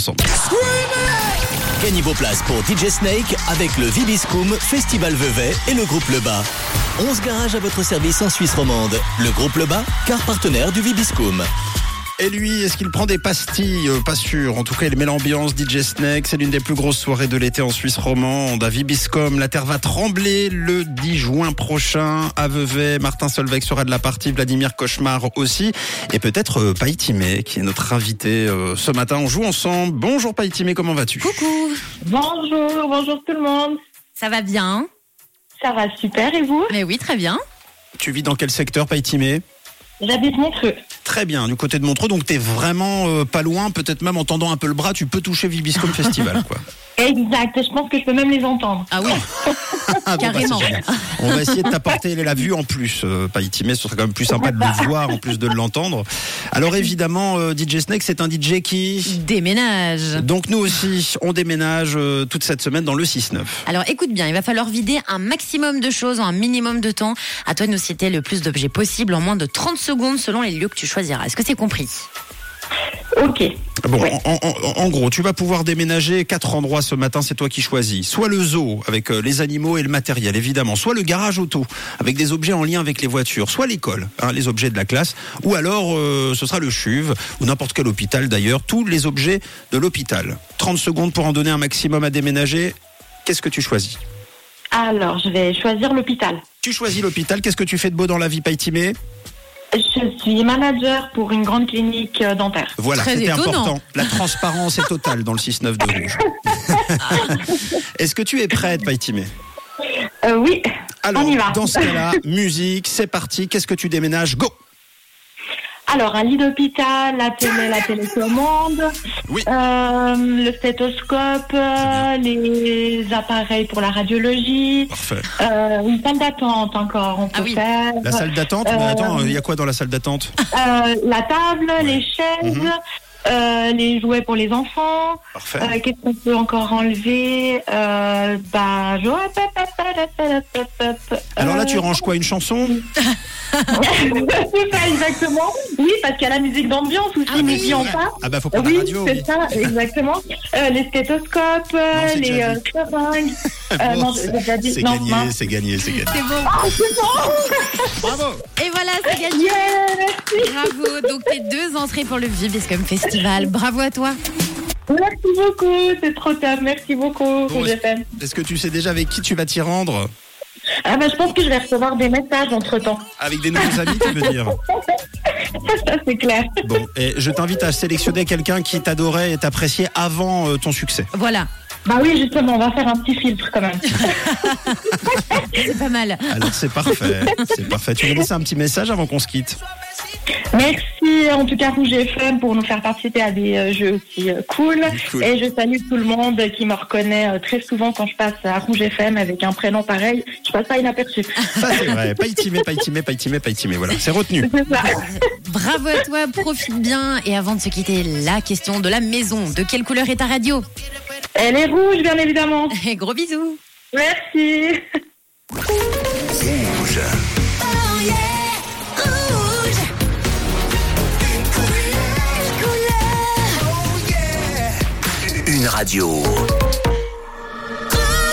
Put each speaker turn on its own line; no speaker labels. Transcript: ensemble.
Gagnez vos places pour DJ Snake avec le Vibiscum Festival Vevey et le groupe Lebas. 11 garages à votre service en Suisse romande. Le groupe Lebas, car partenaire du Vibiscum.
Et lui, est-ce qu'il prend des pastilles Euh, Pas sûr. En tout cas, il met l'ambiance. DJ Snake, c'est l'une des plus grosses soirées de l'été en Suisse romande. À Vibiscom, la terre va trembler le 10 juin prochain. À Vevey, Martin Solveig sera de la partie, Vladimir Cauchemar aussi. Et peut-être euh, Païtimé, qui est notre invité euh, ce matin. On joue ensemble. Bonjour Païtimé, comment vas-tu
Coucou,
Bonjour, bonjour tout le monde.
ça va bien
Ça va super et vous
Mais oui, très bien.
Tu vis dans quel secteur, Païtimé
J'habite Montreux.
Très bien, du côté de Montreux. Donc, t'es vraiment euh, pas loin. Peut-être même en tendant un peu le bras, tu peux toucher Vibiscom Festival, quoi.
Exact, et je pense que je peux même les entendre.
Ah oui,
Ah, bon, bah, c'est
carrément.
génial. On va essayer de t'apporter la vue en plus, euh, Païti, mais ce serait quand même plus sympa de le voir en plus de l'entendre. Alors évidemment, euh, DJ Snake, c'est un DJ qui...
Déménage.
Donc nous aussi, on déménage euh, toute cette semaine dans le 6-9.
Alors écoute bien, il va falloir vider un maximum de choses en un minimum de temps. À toi de nous citer le plus d'objets possible en moins de 30 secondes selon les lieux que tu choisiras. Est-ce que c'est compris
Ok,
Ah Bon,
Ouais.
en, en- en gros, tu vas pouvoir déménager quatre endroits ce matin, c'est toi qui choisis. Soit le zoo, avec euh, les animaux et le matériel, évidemment. Soit le garage auto, avec des objets en lien avec les voitures. Soit l'école, hein, les objets de la classe. Ou alors, euh, ce sera le CHUV, ou n'importe quel hôpital d'ailleurs. Tous les objets de l'hôpital. 30 secondes pour en donner un maximum à déménager. Qu'est-ce que tu choisis
alors je vais choisir l'hôpital.
Tu choisis l'hôpital, qu'est-ce que tu fais de beau dans la vie, Païtimé
Je suis manager pour une grande clinique euh, dentaire.
Voilà,
Très
c'était
étonnant.
important. La transparence est totale dans le 6-9 de Rouge. Est-ce que tu es prête, Païtimé
Euh, oui,
Alors,
On y va.
dans ce cas-là, musique, c'est parti. Qu'est-ce que tu déménages Go
alors un lit d'hôpital, la télé, la télécommande,
Oui.
euh, le stéthoscope, euh, les appareils pour la radiologie,
Parfait.
euh, une salle d'attente encore, on peut
Ah oui.
faire.
La salle d'attente Mais
Euh,
attends, il y a quoi dans la salle d'attente
Euh, la table, les chaises,
Mhm.
euh, les jouets pour les enfants.
Parfait.
Euh, Qu'est-ce qu'on peut encore enlever euh, bah, je- hop, hop, hop, hop, hop, hop, hop, hop.
Alors là, tu
Euh,
ranges quoi Une chanson
c'est ça, exactement. Oui, parce qu'il y a la musique d'ambiance aussi,
Ah
mais
oui,
j'y en
ouais.
pas.
Ah bah, faut prendre
oui,
la radio.
c'est
oui.
ça, exactement. Euh, les stéthoscopes, euh,
Non, c'est
les
déjà
euh, seringues. Euh,
Bon,
non,
c'est-
j'ai déjà dit-
C'est
non,
gagné,
mince.
c'est gagné, c'est gagné.
C'est bon.
Bravo
Et voilà, c'est gagné.
Yeah, merci.
Bravo. Donc tes deux entrées pour le Vibiscom Festival. Bravo à toi.
Merci beaucoup, c'est trop top. Merci beaucoup,
Bon,
Rouge FM.
Est-ce que tu sais déjà avec qui tu vas t'y rendre
Ah bah, je pense que je vais recevoir des messages entre temps.
Avec des nouveaux amis, tu veux dire
Ça, c'est clair.
Bon, et je t'invite à sélectionner quelqu'un qui t'adorait et t'appréciait avant euh, ton succès.
Voilà,
Bah oui, justement, on va faire un petit filtre quand même.
c'est pas mal.
Alors c'est parfait, c'est parfait. Tu veux laisser un petit message avant qu'on se quitte
Merci en tout cas Rouge FM pour nous faire participer à des euh, jeux aussi euh, cool.
Cool.
Et je salue tout le monde qui me reconnaît euh, très souvent quand je passe à Rouge FM avec un prénom pareil. Je passe pas inaperçu.
Ça c'est vrai, Païtimé, Païtimé, Païtimé, Païtimé, voilà, c'est retenu.
C'est ça.
Bravo à toi, profite bien. Et avant de se quitter, la question de la maison. De quelle couleur est ta radio
Elle est rouge bien évidemment.
Et gros bisous.
Merci.
Une radio.